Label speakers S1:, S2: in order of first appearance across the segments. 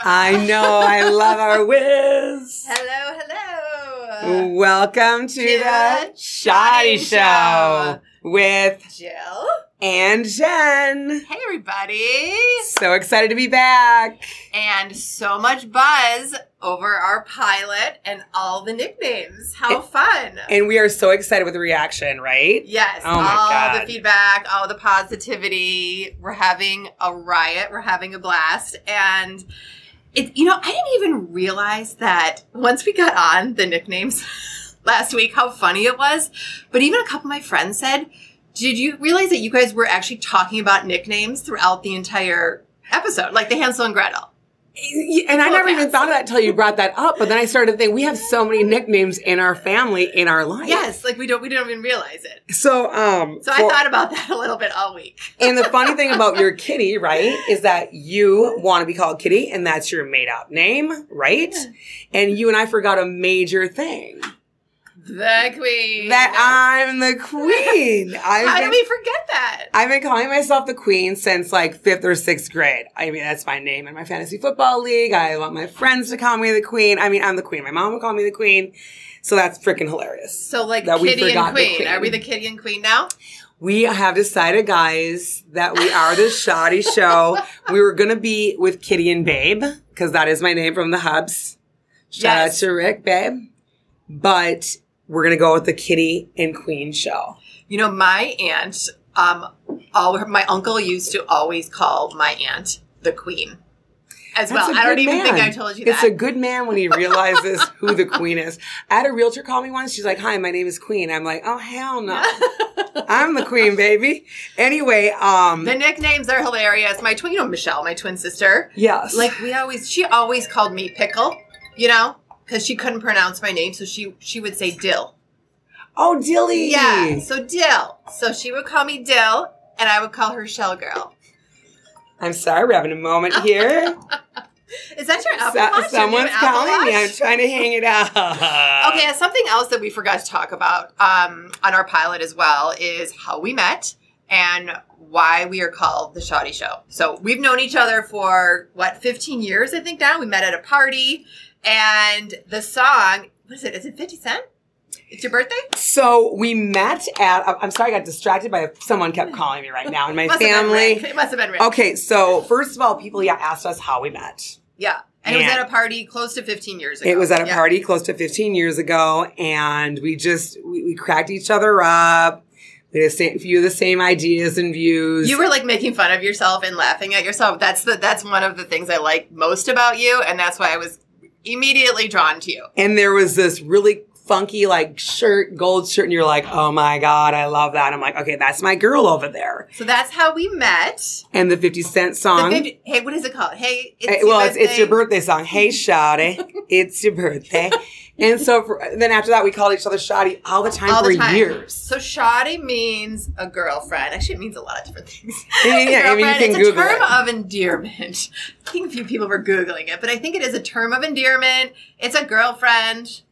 S1: I know. I love our whiz.
S2: Hello, hello.
S1: Welcome to
S2: to
S1: the
S2: the
S1: Shoddy
S2: Shoddy
S1: Show
S2: Show.
S1: with
S2: Jill.
S1: and Jen.
S2: Hey, everybody.
S1: So excited to be back.
S2: And so much buzz over our pilot and all the nicknames. How fun.
S1: And we are so excited with the reaction, right?
S2: Yes,
S1: Oh my
S2: all
S1: God.
S2: the feedback, all the positivity. We're having a riot. We're having a blast. And it, you know, I didn't even realize that once we got on the nicknames last week, how funny it was. But even a couple of my friends said, Did you realize that you guys were actually talking about nicknames throughout the entire episode? Like the Hansel and Gretel.
S1: And I never even thought of that till you brought that up. But then I started to think we have so many nicknames in our family, in our life.
S2: Yes, like we don't we don't even realize it.
S1: So, um,
S2: So
S1: for-
S2: I thought about that a little bit all week.
S1: And the funny thing about your kitty, right, is that you want to be called kitty and that's your made up name, right?
S2: Yeah.
S1: And you and I forgot a major thing
S2: The Queen.
S1: that uh, I'm the queen. I've
S2: How
S1: been,
S2: do we forget that?
S1: I've been calling myself the queen since like fifth or sixth grade. I mean, that's my name in my fantasy football league. I want my friends to call me the queen. I mean, I'm the queen. My mom would call me the queen. So that's freaking hilarious.
S2: So like
S1: That we
S2: Kitty and
S1: forgot the
S2: Queen.
S1: queen.
S2: Are we the Kitty and Queen now?
S1: We have decided, guys, that we are the shoddy show. We were gonna be with Kitty and Babe, because that is my name from the hubs. Shout
S2: Yes.
S1: out to Rick, babe. But we're gonna go with the Kitty and Queen show.
S2: You know, my aunt, um, all her, my uncle used to always call my aunt the Queen as
S1: That's
S2: well.
S1: a
S2: I don't
S1: good
S2: even think
S1: man.
S2: I told you
S1: It's
S2: that.
S1: a good man when he realizes who the queen is. I had a realtor call me once. She's like, Hi, my name is Queen. I'm like, Oh, hell no. I'm the queen, baby. Anyway, um,
S2: the nicknames are hilarious. My twin, you know, Michelle, my twin sister.
S1: yes.
S2: Like we always, she always called me Pickle. You know, because she couldn't pronounce my name, so she she would say Dill.
S1: oh, Dilly.
S2: Yeah, so Dill. So she would call me Dill, and I would call her Shell Girl.
S1: I'm sorry, we're having a moment here.
S2: Is that your Apple
S1: So-
S2: Watch? Your new
S1: someone's
S2: Apple
S1: calling me.
S2: Watch?
S1: I'm trying to hang it out.
S2: Okay, something else that we forgot to talk about um, on our pilot as well is how we met and why we are called the Shoddy Show. So we've known each other for what 15 years, I think. Now we met at a party, and the song what is it? Is it 50 Cent? It's your birthday.
S1: So we met at. I'm sorry, I got distracted by someone kept calling me right now in my
S2: Must have been Rick.
S1: family.
S2: It must have been Rick.
S1: Okay, so first of all, people yeah, asked us how we met.
S2: Yeah, and it was
S1: Man.
S2: at a party close to 15 years ago.
S1: It was at a
S2: Yeah.
S1: party close to 15 years ago, and we just we, we cracked each other up. We had a sa- few of the same ideas and views.
S2: You were like making fun of yourself and laughing at yourself. That's the that's one of the things I like most about you, and that's why I was immediately drawn to you.
S1: and there was this really funky like shirt, gold shirt, and you're like, oh my god, I love that. I'm like, okay, that's my girl over there.
S2: So that's how we met.
S1: And the 50 Cent
S2: The
S1: song.
S2: 50 hey, what is it called? Hey, it's
S1: Hey,
S2: your
S1: well, it's, it's your
S2: birthday.
S1: birthday song. Hey, Shotty, it's your birthday. And so for, then after that, we called each other Shotty all the time
S2: All
S1: for
S2: the time.
S1: years.
S2: So shoddy means a girlfriend. Actually, it means a lot of different things.
S1: Yeah, yeah, yeah. I mean, you
S2: Girlfriend,
S1: can
S2: it's
S1: Google
S2: a term
S1: it.
S2: of endearment. I think a few people were googling it, but I think it is a term of endearment. It's a girlfriend.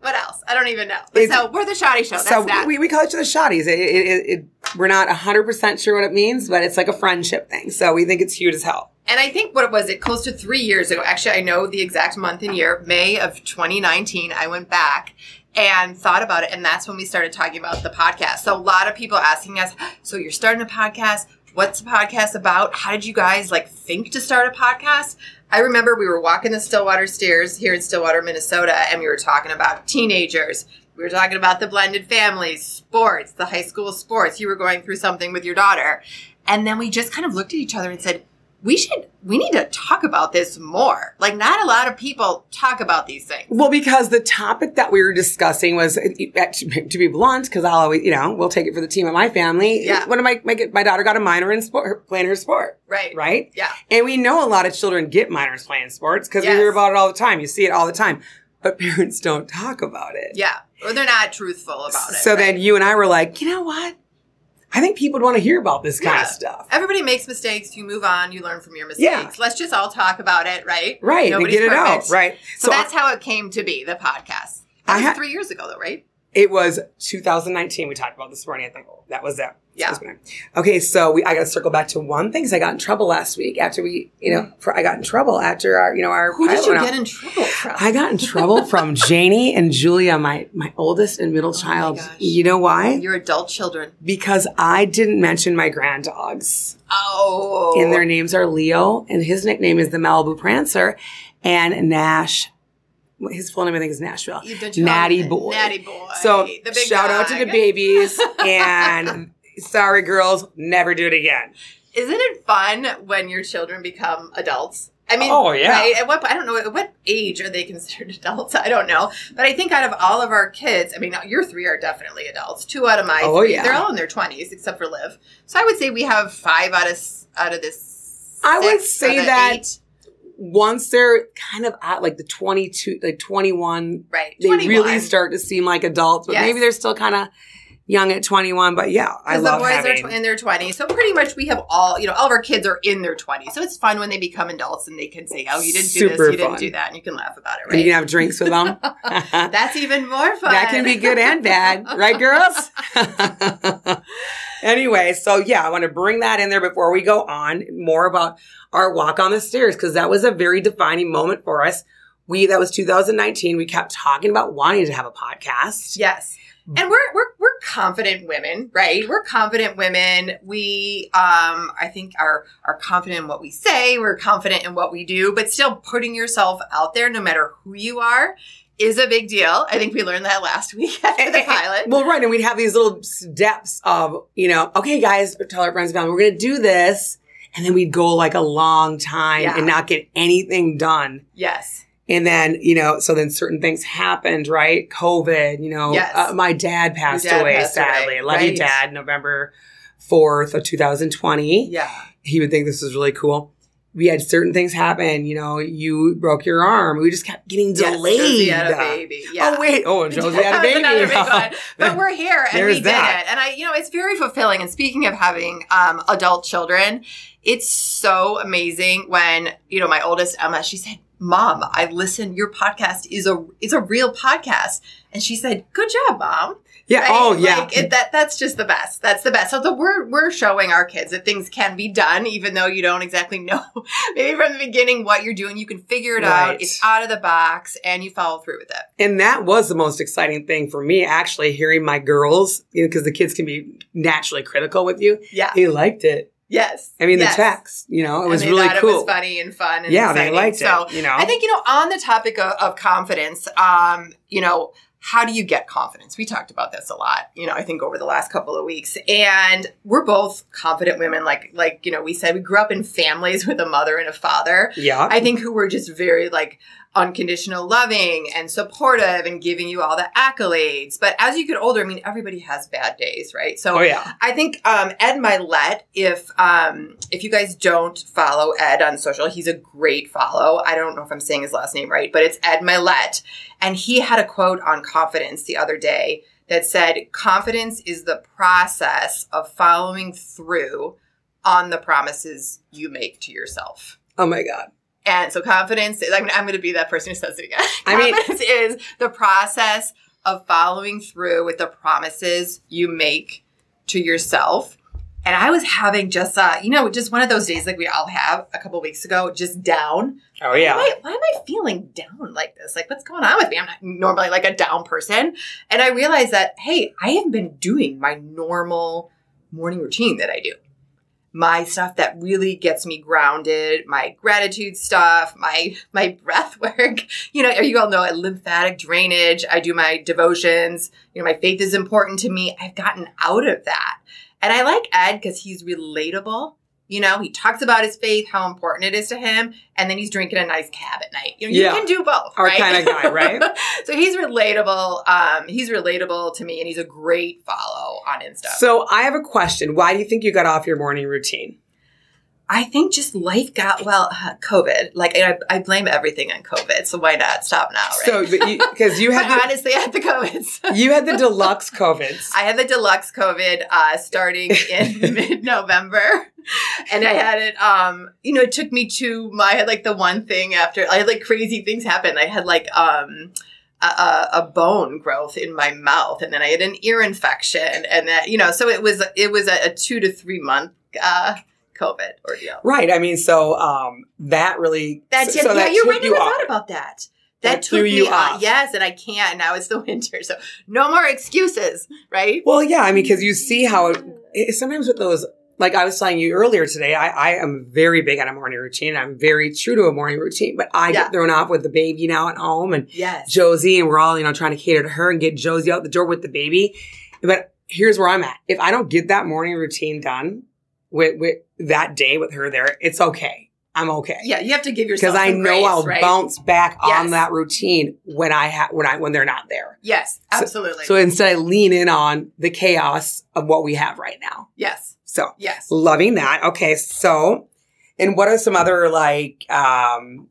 S2: What else? I don't even know. But
S1: It's-
S2: so we're the shoddy show. That's
S1: So
S2: that.
S1: we, we call each other Shotties. It, it, it, it, we're not 100% sure what it means, but it's like a friendship thing. So we think it's cute as hell.
S2: And I think what was it, close to three years ago. Actually, I know the exact month and year, May of 2019. I went back and thought about it, and that's when we started talking about the podcast. So a lot of people asking us, so you're starting a podcast. What's the podcast about? How did you guys like think to start a podcast? I remember we were walking the Stillwater stairs here in Stillwater, Minnesota, and we were talking about teenagers. We were talking about the blended families, sports, the high school sports. You were going through something with your daughter. And then we just kind of looked at each other and said, we should we need to talk about this more like not a lot of people talk about these things
S1: Well, because the topic that we were discussing was, eh, to be blunt, because I'll always, you know, we'll take it for the team of my family.
S2: Yeah.
S1: One of my, my, my daughter got a minor in sport, playing her sport,
S2: right
S1: right?
S2: yeah
S1: And we know a lot of children get minors playing sports because
S2: Yes.
S1: we hear about it all the time. You see it all the time, but parents don't talk about it.
S2: yeah or they're not truthful about it
S1: so
S2: right?
S1: then you and I were like, you know what? I think people would want to hear about this kind
S2: Yeah.
S1: of stuff.
S2: everybody makes mistakes you move on you learn from your mistakes
S1: Yeah.
S2: let's just all talk about it right
S1: Right. And
S2: Nobody's
S1: get it out.
S2: perfect.
S1: Right.
S2: so, that's how it came to be the podcast that
S1: I
S2: was
S1: ha-
S2: three years ago though right
S1: It was 2019. We talked about this morning. I think that was it.
S2: Yeah.
S1: Excuse me. Okay, so we I got to circle back to one thing because I got in trouble last week after we, you know, for, I got in trouble after our, you know, our.
S2: Mm-hmm. Who did
S1: pilot
S2: you
S1: went out.
S2: get in trouble from?
S1: I got in trouble from Janie and Julia, my my oldest and middle
S2: Oh my
S1: child.
S2: gosh.
S1: You know why?
S2: Your adult children.
S1: Because I didn't mention my grand dogs.
S2: Oh.
S1: And their names are Leo, and his nickname is the Malibu Prancer, and Nash. His full name, I think, is Nashville.
S2: You don't
S1: Natty
S2: know.
S1: Boy.
S2: Natty boy.
S1: So
S2: The big
S1: shout out to
S2: dog.
S1: the babies and sorry girls, never do it again.
S2: Isn't it fun when your children become adults? I mean,
S1: Oh, yeah.
S2: right? At what I don't know at what age are they considered adults? I don't know, but I think out of all of our kids, I mean, your three are definitely adults. Two out of my
S1: Oh,
S2: three,
S1: yeah.
S2: they're all in their twenties except for Liv. So I would say we have five out of s- out of this.
S1: I would
S2: six,
S1: say
S2: out of
S1: that-
S2: eight.
S1: Once they're kind of at like the twenty two, like twenty one,
S2: right,
S1: they
S2: 21.
S1: really start to seem like adults. But
S2: Yes.
S1: maybe they're still kind of young at twenty one. But yeah, I
S2: Because
S1: love
S2: the boys
S1: having.
S2: are tw- in their 20s. So pretty much we have all, you know, all of our kids are in their 20s. So it's fun when they become adults and they can say, oh, you didn't do
S1: Super
S2: this, you
S1: fun.
S2: didn't do that. And you can laugh about it,
S1: and you can
S2: right?
S1: have drinks with them. that
S2: That's even more fun.
S1: can be good and bad, right, girls? anyway, so yeah, I want to bring that in there before we go on more about our walk on the stairs because that was a very defining moment for us. We that was 2019. We kept talking about wanting to have a podcast.
S2: Yes. And we're, we're we're confident women, right? We're confident women. We um I think are are confident in what we say, we're confident in what we do, but still putting yourself out there no matter who you are is a big deal. I think we learned that last week after the
S1: And- and-
S2: pilot.
S1: Eh, Well, right, and we'd have these little steps of, you know, okay, guys, tell our friends about it, we're going to do this, and then we'd go like a long time
S2: Yeah.
S1: and not get anything done.
S2: Yes.
S1: And then, you know, so then certain things happened, right? COVID, you know,
S2: Yes.
S1: uh, my dad passed
S2: dad
S1: away,
S2: passed away,
S1: sadly. Love you,
S2: right.
S1: dad, November 4th of 2020.
S2: Yeah.
S1: He would think this was really cool. We had certain things happen, you know, you broke your arm. We just kept getting
S2: Yes,
S1: delayed.
S2: Josie had a baby. Yeah.
S1: Oh, wait. Oh, and Josie
S2: That was
S1: had a baby.
S2: another big one. But we're here and
S1: There's
S2: we did
S1: that.
S2: it. And I, you know, it's very fulfilling. And speaking of having um, adult children, it's so amazing when, you know, my oldest Emma, she said, Mom, I listen, your podcast is a is a real podcast. And she said, Good job, Mom.
S1: yeah.
S2: Right?
S1: Oh, yeah.
S2: Like, it, that that's just the best. That's the best. So the, we're we're showing our kids that things can be done, even though you don't exactly know maybe from the beginning what you're doing. You can figure it
S1: Right.
S2: out. It's out of the box, and you follow through with it.
S1: And that was the most exciting thing for me, actually, hearing my girls, you know, because the kids can be naturally critical with you.
S2: Yeah.
S1: They liked it.
S2: Yes.
S1: I mean,
S2: Yes.
S1: the text, you know, it
S2: And
S1: was
S2: they
S1: really
S2: thought
S1: cool.
S2: It was funny and fun. And
S1: yeah,
S2: exciting.
S1: they liked
S2: So
S1: it. You know,
S2: I think you know on the topic of, of confidence, um, you know, how do you get confidence? We talked about this a lot, you know, I think over the last couple of weeks. And we're both confident women, like like you know, we said we grew up in families with a mother and a father.
S1: yeah,
S2: I think who were just very like unconditional loving and supportive and giving you all the accolades. But as you get older, I mean, everybody has bad days, right? So
S1: oh yeah,
S2: I think um, Ed Milet. If um, if you guys don't follow Ed on social, he's a great follow. I don't know if I'm saying his last name right, but it's Ed Milet, and he had a quote on confidence the other day that said, "Confidence is the process of following through on the promises you make to yourself."
S1: oh my god.
S2: And so confidence is, I'm, I'm going to be that person who says it again.
S1: I mean-
S2: confidence is the process of following through with the promises you make to yourself. And I was having just, uh, you know, just one of those days like we all have a couple weeks ago, just down.
S1: Oh
S2: Why, why am I feeling down like this? Like, what's going on with me? I'm not normally like a down person. And I realized that, hey, I haven't been doing my normal morning routine that I do my stuff that really gets me grounded, my gratitude stuff, my my breath work. You know, you all know I lymphatic drainage. I do my devotions. You know, my faith is important to me. I've gotten out of that. And I like Ed because he's relatable. You know, he talks about his faith, how important it is to him, and then he's drinking a nice cab at night. You know, you
S1: Yeah.
S2: can do both.
S1: Our
S2: right?
S1: kinda guy, right?
S2: so he's relatable. Um, he's relatable to me, and he's a great follow on Insta.
S1: So I have a question. Why do you think you got off your morning routine?
S2: I think just life got well. uh, COVID, like I, I blame everything on COVID. So why not stop now? Right?
S1: So because you,
S2: but
S1: had
S2: honestly, I had the COVID.
S1: the, you had the deluxe COVIDs.
S2: I had the deluxe COVID uh, starting in mid-November, and I had it. Um, you know, it took me to my I had like the one thing after I had like crazy things happen. I had like um, a, a, a bone growth in my mouth, and then I had an ear infection, and that you know, so it was it was a, a two to three month uh, COVID ordeal.
S1: Right. I mean, so um, that really.
S2: That
S1: so,
S2: did,
S1: so
S2: yeah,
S1: that
S2: you're
S1: took
S2: right.
S1: you
S2: I never
S1: off.
S2: thought about that. That,
S1: That
S2: took
S1: threw
S2: me
S1: you
S2: off.
S1: off.
S2: Yes, and I can't. Now it's the winter, so no more excuses, right?
S1: Well, yeah. I mean, because you see how it, it- sometimes with those, like I was telling you earlier today, I, I am very big on a morning routine. I'm very true to a morning routine, but I
S2: Yeah.
S1: get thrown off with the baby now at home and
S2: Yes.
S1: Josie, and we're all, you know, trying to cater to her and get Josie out the door with the baby. But here's where I'm at. If I don't get that morning routine done with, with that day with her there, it's okay. I'm okay.
S2: yeah, you have to give yourself
S1: Because I
S2: some
S1: know
S2: grace,
S1: I'll
S2: right?
S1: bounce back
S2: Yes.
S1: on that routine when I ha- when I when they're not there.
S2: Yes,
S1: So-
S2: absolutely.
S1: So instead, I lean in on the chaos of what we have right now.
S2: yes,
S1: So
S2: yes.
S1: loving that. Okay, so and what are some other like um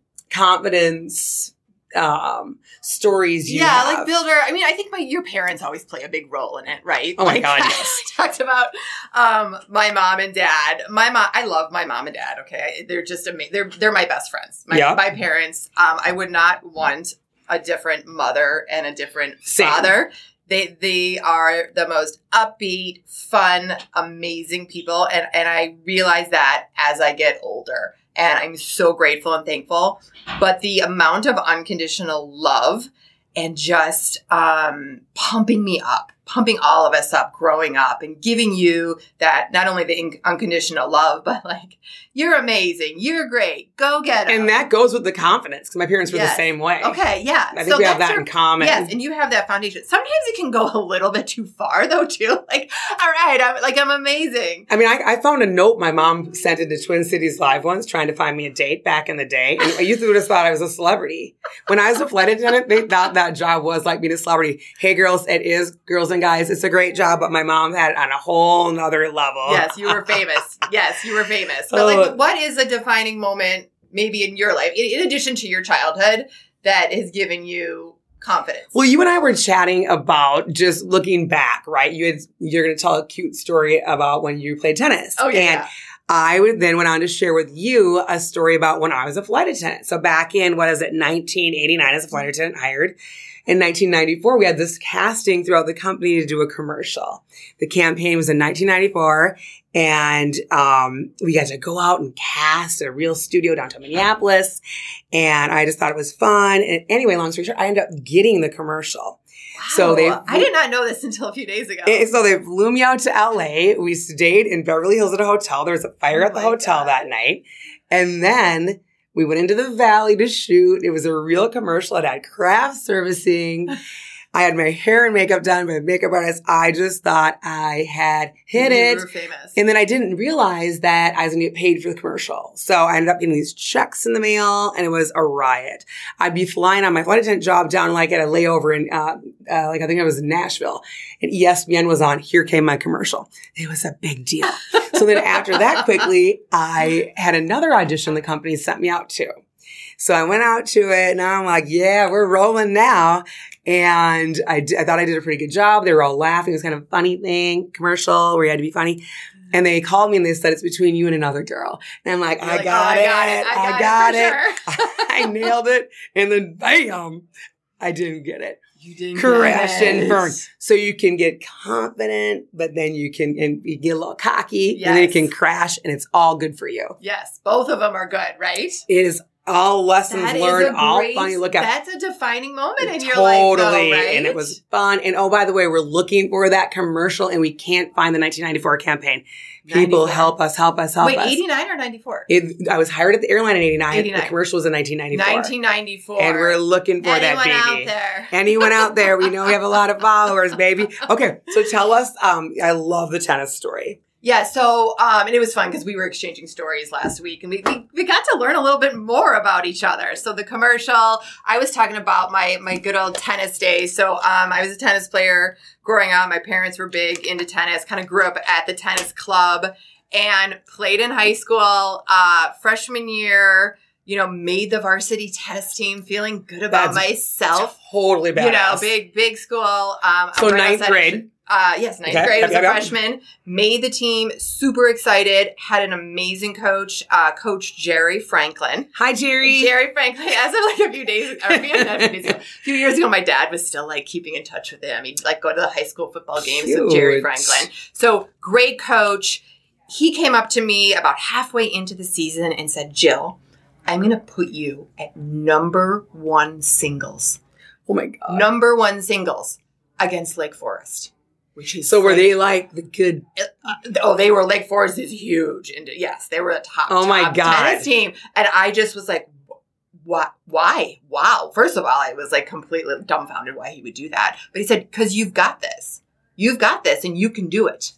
S1: confidence um stories you
S2: yeah,
S1: have?
S2: like builder. I mean, I think my your parents always play a big role in it, right?
S1: Oh my
S2: Like,
S1: God,
S2: I talked about um, my mom and dad. My mom, I love my mom and dad. Okay, they're just amazing. They're they're my best friends. My,
S1: Yeah.
S2: my parents. Um, I would not want a different mother and a different
S1: Same.
S2: father. They they are the most upbeat, fun, amazing people, and and I realize that as I get older, and I'm so grateful and thankful. But the amount of unconditional love and just um, pumping me up, pumping all of us up growing up and giving you that not only the in- unconditional love, but like, you're amazing, you're great, go get it.
S1: and that goes with the confidence because my parents were
S2: Yes.
S1: the same way.
S2: Okay, yeah.
S1: I think we have that in common.
S2: Yes, and you have that foundation. Sometimes it can go a little bit too far, though. Too like, all right, I'm like I'm amazing.
S1: I mean, I, I found a note my mom sent into Twin Cities Live once trying to find me a date back in the day. And I used to just thought I was a celebrity. When I was a flight attendant, they thought that job was like being a celebrity. Hey, girls, it is, girls and guys, it's a great job, but my mom had it on a whole nother level.
S2: Yes, you were famous. yes, you were famous. But
S1: Oh.
S2: like, what is a defining moment maybe in your life, in, in addition to your childhood, that has given you confidence?
S1: Well, you and I were chatting about just looking back, right? You had, you're going to tell a cute story about when you played tennis.
S2: oh yeah.
S1: And I would then went on to share with you a story about when I was a flight attendant. So back in what is it, 1989, as a flight attendant hired. In 1994, we had this casting throughout the company to do a commercial. The campaign was in 1994, and um, we got to go out and cast at a real studio downtown Minneapolis. And I just thought it was fun. And anyway, long story short, I ended up getting the commercial. So they-
S2: I did not know this until a few days ago.
S1: And so they flew me out to LA. We stayed in Beverly Hills at a hotel. There was a fire
S2: Oh
S1: at the
S2: my
S1: hotel
S2: God.
S1: that night. And then we went into the valley to shoot. It was a real commercial. It had craft servicing. I had my hair and makeup done, my makeup artist. I just thought I had hit
S2: you
S1: it.
S2: Were famous.
S1: And then I didn't realize that I was going to get paid for the commercial. So I ended up getting these checks in the mail and it was a riot. I'd be flying on my flight attendant job down like at a layover in, uh, uh, like I think I was in Nashville and E ESPN was on. Here came my commercial. It was a big deal. so then after that quickly, I had another audition the company sent me out to. So I went out to it and I'm like, yeah, we're rolling now. And I, d- I thought I did a pretty good job. They were all laughing. It was kind of a funny thing, commercial where you had to be funny. And they called me and they said, it's between you and another girl. And I'm like,
S2: You're
S1: I,
S2: like, oh,
S1: got it. I got
S2: for
S1: it.
S2: sure.
S1: I nailed it. And then bam, I didn't get it.
S2: You didn't
S1: Crash
S2: get it.
S1: and burn. So you can get confident, but then you can and you get a little cocky and then it
S2: Yes.
S1: can crash and it's all good for you.
S2: Yes, both of them are good, right?
S1: It is all lessons
S2: That is
S1: learned,
S2: a
S1: all
S2: great-
S1: funny. Look at
S2: That's a defining moment in your life, though,
S1: totally.
S2: right?
S1: And it was fun. And oh, by the way, we're looking for that commercial and we can't find the 1994 campaign. People
S2: 94.
S1: help us, help us, help
S2: Wait,
S1: us.
S2: 89 or 94?
S1: It, I was hired at the airline in 89.
S2: 89.
S1: The commercial was in 1994.
S2: 1994.
S1: And we're looking for
S2: Anyone
S1: that baby.
S2: out there?
S1: Anyone out there? We know we have a lot of followers, baby. Okay, so tell us. Um, I love the tennis story.
S2: Yeah, so um, and it was fun because we were exchanging stories last week, and we, we we got to learn a little bit more about each other. So the commercial, I was talking about my my good old tennis days. So um, I was a tennis player growing up. My parents were big into tennis. Kind of grew up at the tennis club and played in high school. Uh, freshman year, you know, made the varsity tennis team, feeling good about
S1: That's
S2: myself.
S1: Totally badass.
S2: You know, big big school. Um,
S1: So
S2: right
S1: ninth
S2: outside of-
S1: grade.
S2: Uh, yes, ninth
S1: Okay,
S2: grade. I was
S1: yep,
S2: a
S1: yep, yep.
S2: freshman. Made the team. Super excited. Had an amazing coach, uh, Coach Jerry Franklin.
S1: Hi, Jerry.
S2: Jerry Franklin. As of like a few days, or a few, not a few days ago, a few years ago, my dad was still like keeping in touch with him. He'd like go to the high school football games with Jerry
S1: Cute.
S2: Franklin. So great coach. He came up to me about halfway into the season and said, "Jill, I'm going to put you at number one singles,
S1: Oh my god.
S2: number one singles against Lake Forest." Which is
S1: So were
S2: like-
S1: they like the good?
S2: Oh, they were Lake Forest is huge, and yes, they were a top.
S1: Oh my
S2: top
S1: God.
S2: tennis team, and I just was like, "What? Why? Wow!" First of all, I was like completely dumbfounded why he would do that. But he said, "Because you've got this, you've got this, and you can do it."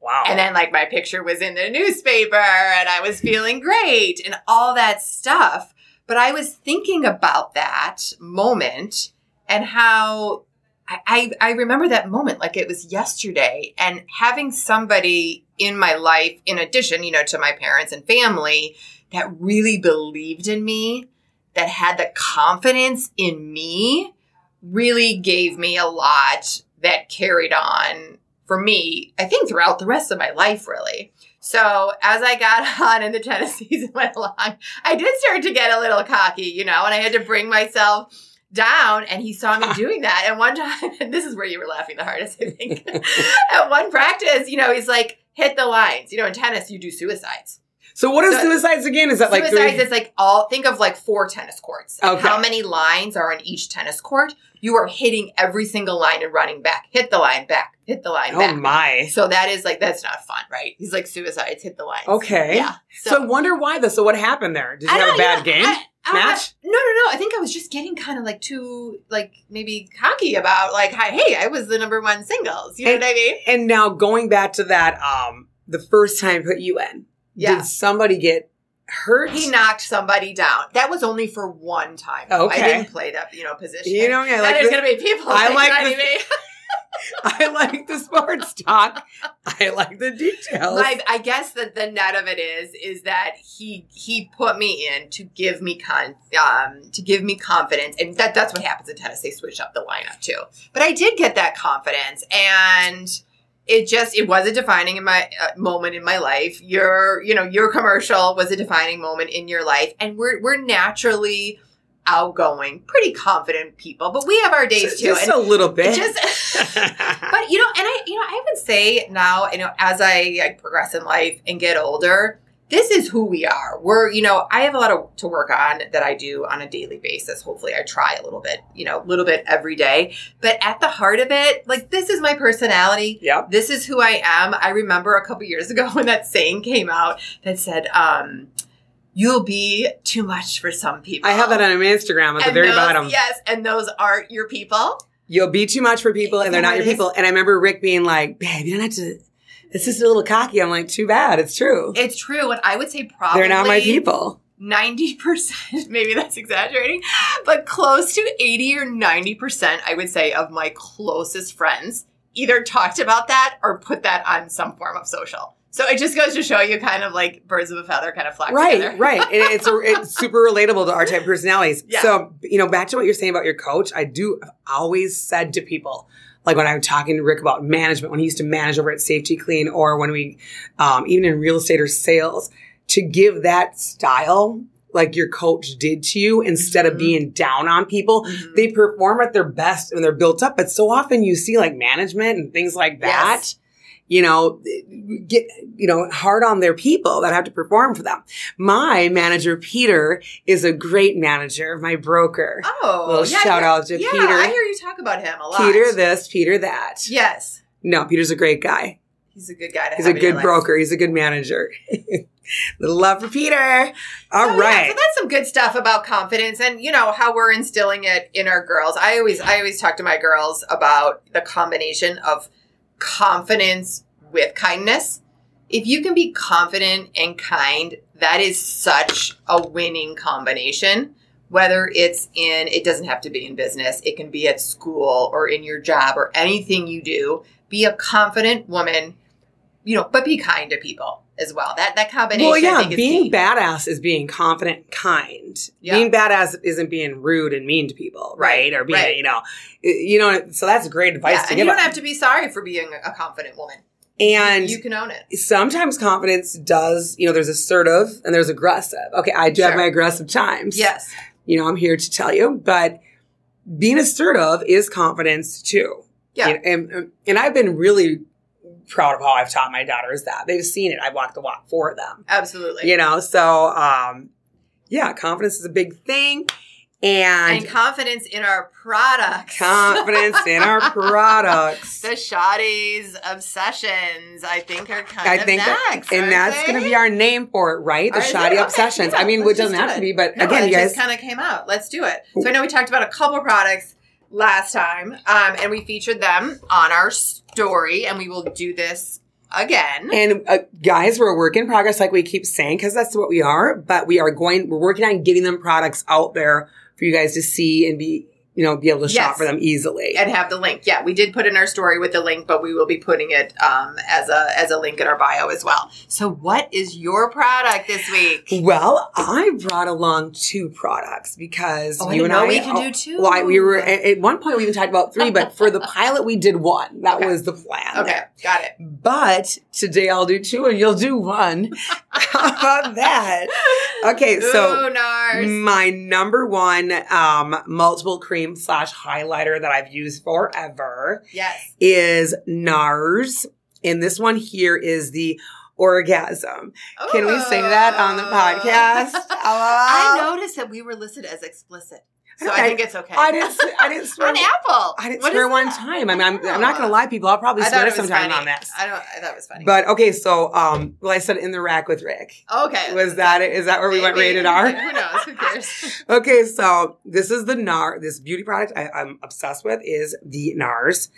S1: Wow.
S2: And then like my picture was in the newspaper, and I was feeling great, and all that stuff. But I was thinking about that moment and how I, I I remember that moment like it was yesterday and having somebody in my life in addition you know to my parents and family that really believed in me that had the confidence in me really gave me a lot that carried on for me I think throughout the rest of my life really so as I got on and the tennis season went along I did start to get a little cocky you know and I had to bring myself down and he saw me doing that. And one time, and this is where you were laughing the hardest, I think. At one practice, you know, he's like, hit the lines. You know, in tennis, you do suicides.
S1: so what is
S2: so-
S1: suicides again? Is that like
S2: suicides
S1: doing-
S2: is like all, think of like four tennis courts. and
S1: Okay.
S2: How many lines are on each tennis court? You are hitting every single line and running back. Hit the line back. Hit the line
S1: oh
S2: back.
S1: my.
S2: So that is like, that's not fun, right? He's like, suicides, hit the lines.
S1: Okay.
S2: Yeah.
S1: So, I wonder why though. So what happened there? Did you
S2: I
S1: have
S2: don't
S1: a bad
S2: even-
S1: game?
S2: I- I don't
S1: Match?
S2: know. no, no, no. I think I was just getting kind of like too, like maybe cocky about like, hi, hey, I was the number one singles. You know
S1: And-
S2: what I mean?
S1: and now going back to that, um, the first time I put you in,
S2: Yeah.
S1: did somebody get hurt?
S2: He knocked somebody down. That was only for one time. though. I
S1: Okay.
S2: didn't play that, you know, position.
S1: you know, I
S2: Now
S1: like
S2: there's
S1: the,
S2: gonna be people.
S1: I
S2: like,
S1: like
S2: not
S1: the-
S2: even-
S1: I like the sports talk. I like the details.
S2: My, I guess that the net of it is is that he he put me in to give me con um, to give me confidence, and that that's what happens in tennis. They switch up the lineup too. But I did get that confidence, and it just it was a defining in my uh, moment in my life. Your you know your commercial was a defining moment in your life, and we're we're naturally outgoing, pretty confident people, but we have our days
S1: just,
S2: too,
S1: just
S2: and
S1: a little bit.
S2: just. But you know, and I, you know, I would say now, you know, as I like, progress in life and get older, this is who we are. We're, you know, I have a lot of, to work on that I do on a daily basis. Hopefully, I try a little bit, you know, a little bit every day. But at the heart of it, like this is my personality.
S1: yep.
S2: This is who I am. I remember a couple years ago when that saying came out that said, um, "You'll be too much for some people."
S1: I have that on my Instagram at the
S2: And
S1: very
S2: those-
S1: bottom.
S2: Yes, and those aren't your people.
S1: You'll be too much for people and they're not your
S2: Yes.
S1: people. And I remember Rick being like, babe, you don't have to, it's just a little cocky. I'm like, too bad. It's true.
S2: It's true, and I would say probably
S1: they're not my people.
S2: 90%, maybe that's exaggerating, but close to 80 or 90%, I would say, of my closest friends either talked about that or put that on some form of social. So it just goes to show you kind of like birds of a feather kind of flock
S1: Right,
S2: together.
S1: right. And it's, a, it's super relatable to our type of personalities.
S2: Yeah.
S1: So, you know, back to what you're saying about your coach, I do I've always said to people, like when I'm talking to Rick about management, when he used to manage over at Safety Clean or when we, um, even in real estate or sales, to give that style like your coach did to you instead
S2: Mhm.
S1: of being down on people.
S2: Mhm.
S1: They perform at their best when they're built up, but so often you see like management and things like that.
S2: Yes.
S1: You know, get, you know, hard on their people that have to perform for them. My manager, Peter, is a great manager, my broker.
S2: Oh,
S1: Little
S2: yeah, I
S1: shout
S2: hear-
S1: out to
S2: yeah,
S1: Peter.
S2: I hear you talk about him a lot.
S1: Peter this, Peter that.
S2: yes,
S1: No, Peter's a great guy.
S2: he's a good guy to
S1: He's a
S2: have in your
S1: good
S2: life.
S1: broker. He's a good manager. Little love for Peter. All
S2: Oh,
S1: right.
S2: yeah. So that's some good stuff about confidence and you know how we're instilling it in our girls. I always I always talk to my girls about the combination of confidence with kindness. If you can be confident and kind, that is such a winning combination. Whether it's in it doesn't have to be in business. It can be at school or in your job or anything you do. Be a confident woman, you know, but be kind to people. as well. That that combination.
S1: Well,
S2: I
S1: yeah,
S2: think is
S1: being
S2: key.
S1: badass is being confident, and kind.
S2: Yeah.
S1: Being badass isn't being rude and mean to people, right?
S2: Right,
S1: Or being,
S2: right.
S1: you know, you know. So that's great advice
S2: Yeah,
S1: to
S2: and
S1: give.
S2: you don't
S1: us.
S2: have to be sorry for being a confident woman.
S1: and
S2: you can own it.
S1: sometimes confidence does, you know, there's assertive and there's aggressive. Okay, I do have
S2: Sure.
S1: my aggressive times.
S2: Yes.
S1: you know, I'm here to tell you, but being assertive is confidence too.
S2: Yeah.
S1: You know, and and I've been really proud of how I've taught my daughters that. They've seen it. I've walked the walk for them.
S2: Absolutely.
S1: You know, so um yeah, confidence is a big thing. And,
S2: and confidence in our products.
S1: confidence in our products.
S2: the Shotties obsessions, I think, are kind
S1: I
S2: of
S1: think that-
S2: next.
S1: and
S2: aren't
S1: that's
S2: they?
S1: going to be our name for it, right? The
S2: Are they?
S1: shoddy
S2: Okay,
S1: obsessions.
S2: yeah,
S1: I mean, it
S2: let's
S1: doesn't
S2: just
S1: have
S2: do
S1: to
S2: it.
S1: be, but
S2: No,
S1: again,
S2: it
S1: you guys,
S2: just kind of came out. Let's do it. So I know we talked about a couple products last time, um, and we featured them on our story, and we will do this again.
S1: And uh, guys, we're a work in progress, like we keep saying, because that's what we are. But we are going, we're working on getting them products out there for you guys to see and be, you know, be able to shop
S2: Yes.
S1: for them easily.
S2: and have the link. Yeah, we did put in our story with the link, but we will be putting it um, as a as a link in our bio as well. So, what is your product this week?
S1: well, I brought along two products because
S2: Oh, I
S1: you and
S2: didn't know
S1: I
S2: we can do two.
S1: Why we were at, at one point we even talked about three, but for the pilot we did one. That
S2: Okay.
S1: was the plan.
S2: Okay,
S1: there.
S2: got it.
S1: But today I'll do two and you'll do one. How about that? Okay, so Mm,
S2: Ooh, NARS.
S1: My number one um, multiple cream slash highlighter that I've used forever
S2: yes,
S1: is NARS. And this one here is the orgasm. Can we say that on the
S2: Ooh.
S1: podcast?
S2: I noticed that we were listed as explicit, so I,
S1: I-
S2: think it's okay.
S1: I didn't. s- I didn't swear.
S2: on Apple.
S1: I didn't
S2: What
S1: swear
S2: is
S1: one
S2: that?
S1: time. I mean, I'm, I'm not going to lie, people. I'll probably
S2: I thought
S1: swear
S2: it was
S1: sometime
S2: funny.
S1: on this.
S2: I don't. I thought it was funny.
S1: But okay, so um, well, I said in the rack with Rick.
S2: okay,
S1: Was that it? Is that where we went
S2: Maybe.
S1: rated R?
S2: Who knows? Who cares?
S1: Okay, so this is the NAR. This beauty product I, I'm obsessed with is the NARS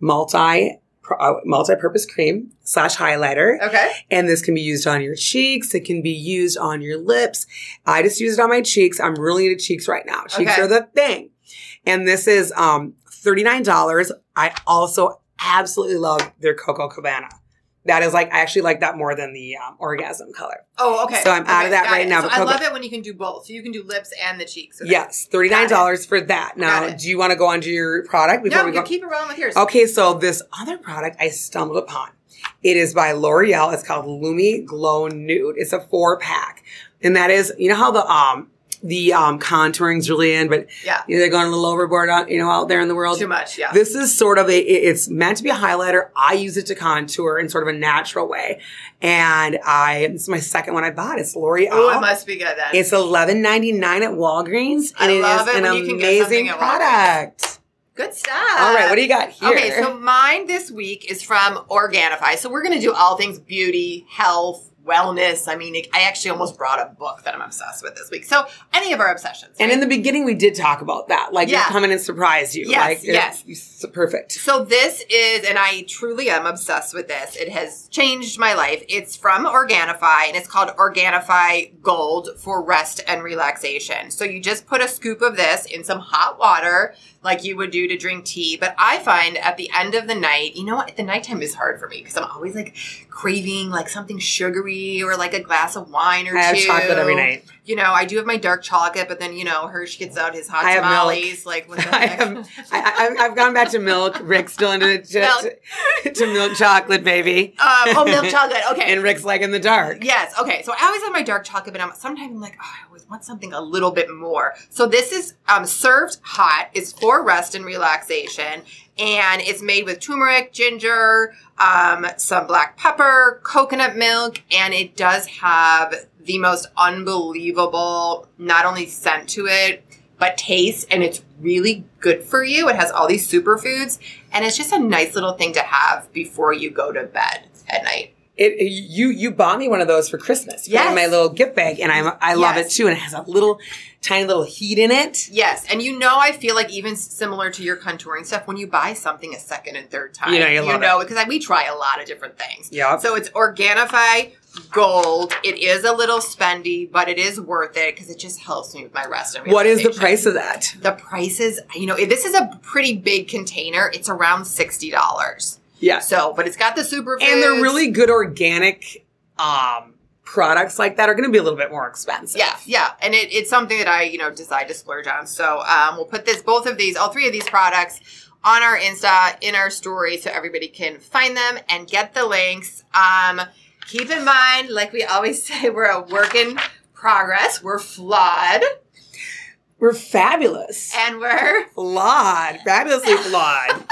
S1: multi uh, multi-purpose cream slash highlighter,
S2: okay.
S1: and this can be used on your cheeks. It can be used on your lips. I just use it on my cheeks. I'm really into cheeks right now. Cheeks
S2: Okay.
S1: are the thing, and this is um thirty nine dollars. I also absolutely love their Coco Cabana. That is like I actually like that more than the um, orgasm color.
S2: Oh, okay.
S1: So I'm out of
S2: Okay,
S1: that
S2: got
S1: right
S2: it.
S1: now,
S2: So
S1: but
S2: I
S1: Coco-
S2: love it when you can do both. So you can do lips and the cheeks. Okay.
S1: Yes, thirty nine dollars for
S2: Got
S1: that. Now,
S2: it.
S1: do you want to go onto your product before
S2: No,
S1: we
S2: you
S1: go? Oh,
S2: keep it rolling with yours.
S1: okay, so this other product I stumbled upon. It is by L'Oreal. It's called Lumi Glow Nude. It's a four pack, and that is you know how the um the um contouring's really in, but
S2: Yeah.
S1: you know, they're going a little overboard out you know out there in the world.
S2: Too much. Yeah.
S1: This is sort of a, it- it's meant to be a highlighter. I use it to contour in sort of a natural way. And I, this is my second one I bought. It's L'Oreal.
S2: oh, it must be good then.
S1: It's eleven ninety nine at Walgreens, and
S2: I love
S1: it is
S2: it
S1: an
S2: when you can get something
S1: amazing
S2: at
S1: product.
S2: good stuff.
S1: All right, what do you got here?
S2: Okay, so mine this week is from Organifi. So we're going to do all things beauty, health, wellness. I mean, I actually almost brought a book that I'm obsessed with this week. So any of our obsessions.
S1: and
S2: right?
S1: in the beginning, we did talk about that, like
S2: Yeah.
S1: it coming and surprise you.
S2: Yes,
S1: like, it-
S2: yes.
S1: it's perfect.
S2: So this is, and I truly am obsessed with this. It has changed my life. It's from Organifi, and it's called Organifi Gold for rest and relaxation. So you just put a scoop of this in some hot water, like you would do to drink tea. But I find at the end of the night, you know what? The nighttime is hard for me because I'm always like craving like something sugary or like a glass of wine or
S1: I have
S2: two.
S1: chocolate every night.
S2: You know, I do have my dark chocolate, but then you know, Hirsch gets out his hot
S1: I have milk.
S2: tamales. Like what the
S1: I
S2: heck?
S1: am. I, I, I've gone back to milk. Rick's still into to,
S2: Milk.
S1: To, to milk chocolate, baby.
S2: Um, oh, milk chocolate. Okay.
S1: And Rick's like in the dark.
S2: Yes. Okay. So I always have my dark chocolate, but I'm, sometimes I'm like, oh, I always want something a little bit more. So this is um, served hot. It's for rest and relaxation, and it's made with turmeric, ginger, um, some black pepper, coconut milk, and it does have the most unbelievable not only scent to it but taste and it's really good for you it has all these superfoods and it's just a nice little thing to have before you go to bed at night
S1: It, you you bought me one of those for Christmas. You put it in
S2: Yes.
S1: my little gift bag, and I'm, I love
S2: Yes.
S1: it too. And it has a little tiny little heat in it.
S2: Yes, and you know, I feel like even similar to your contouring stuff, when you buy something a second and third time,
S1: You know you love
S2: know because I- we try a lot of different things.
S1: Yeah.
S2: So it's Organifi Gold. It is a little spendy, but it is worth it because it just helps me with my rest. And
S1: What is the
S2: relaxation.
S1: price of that?
S2: The price is, you know, this is a pretty big container. It's around sixty dollars.
S1: Yes.
S2: So, but it's got the super
S1: And they're really good organic um, products like that are going to be a little bit more expensive.
S2: Yeah, yeah, and it, it's something that I, you know, decide to splurge on. So um, we'll put this, both of these, all three of these products on our Insta in our story, so everybody can find them and get the links. Um, keep in mind, like we always say, we're a work in progress. We're flawed,
S1: We're fabulous.
S2: and we're
S1: Flawed. Fabulously flawed.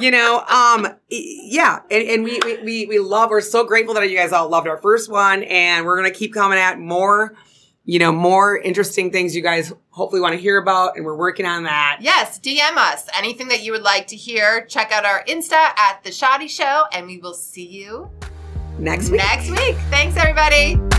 S1: you know, um, e- yeah. And, and we, we, we, we love, we're so grateful that you guys all loved our first one. And we're going to keep coming at more, you know, more interesting things you guys hopefully want to hear about. And we're working on that.
S2: yes. DM us anything that you would like to hear. Check out our Insta at the Shoddy Show, and we will see you
S1: Next week.
S2: next week. Thanks, everybody.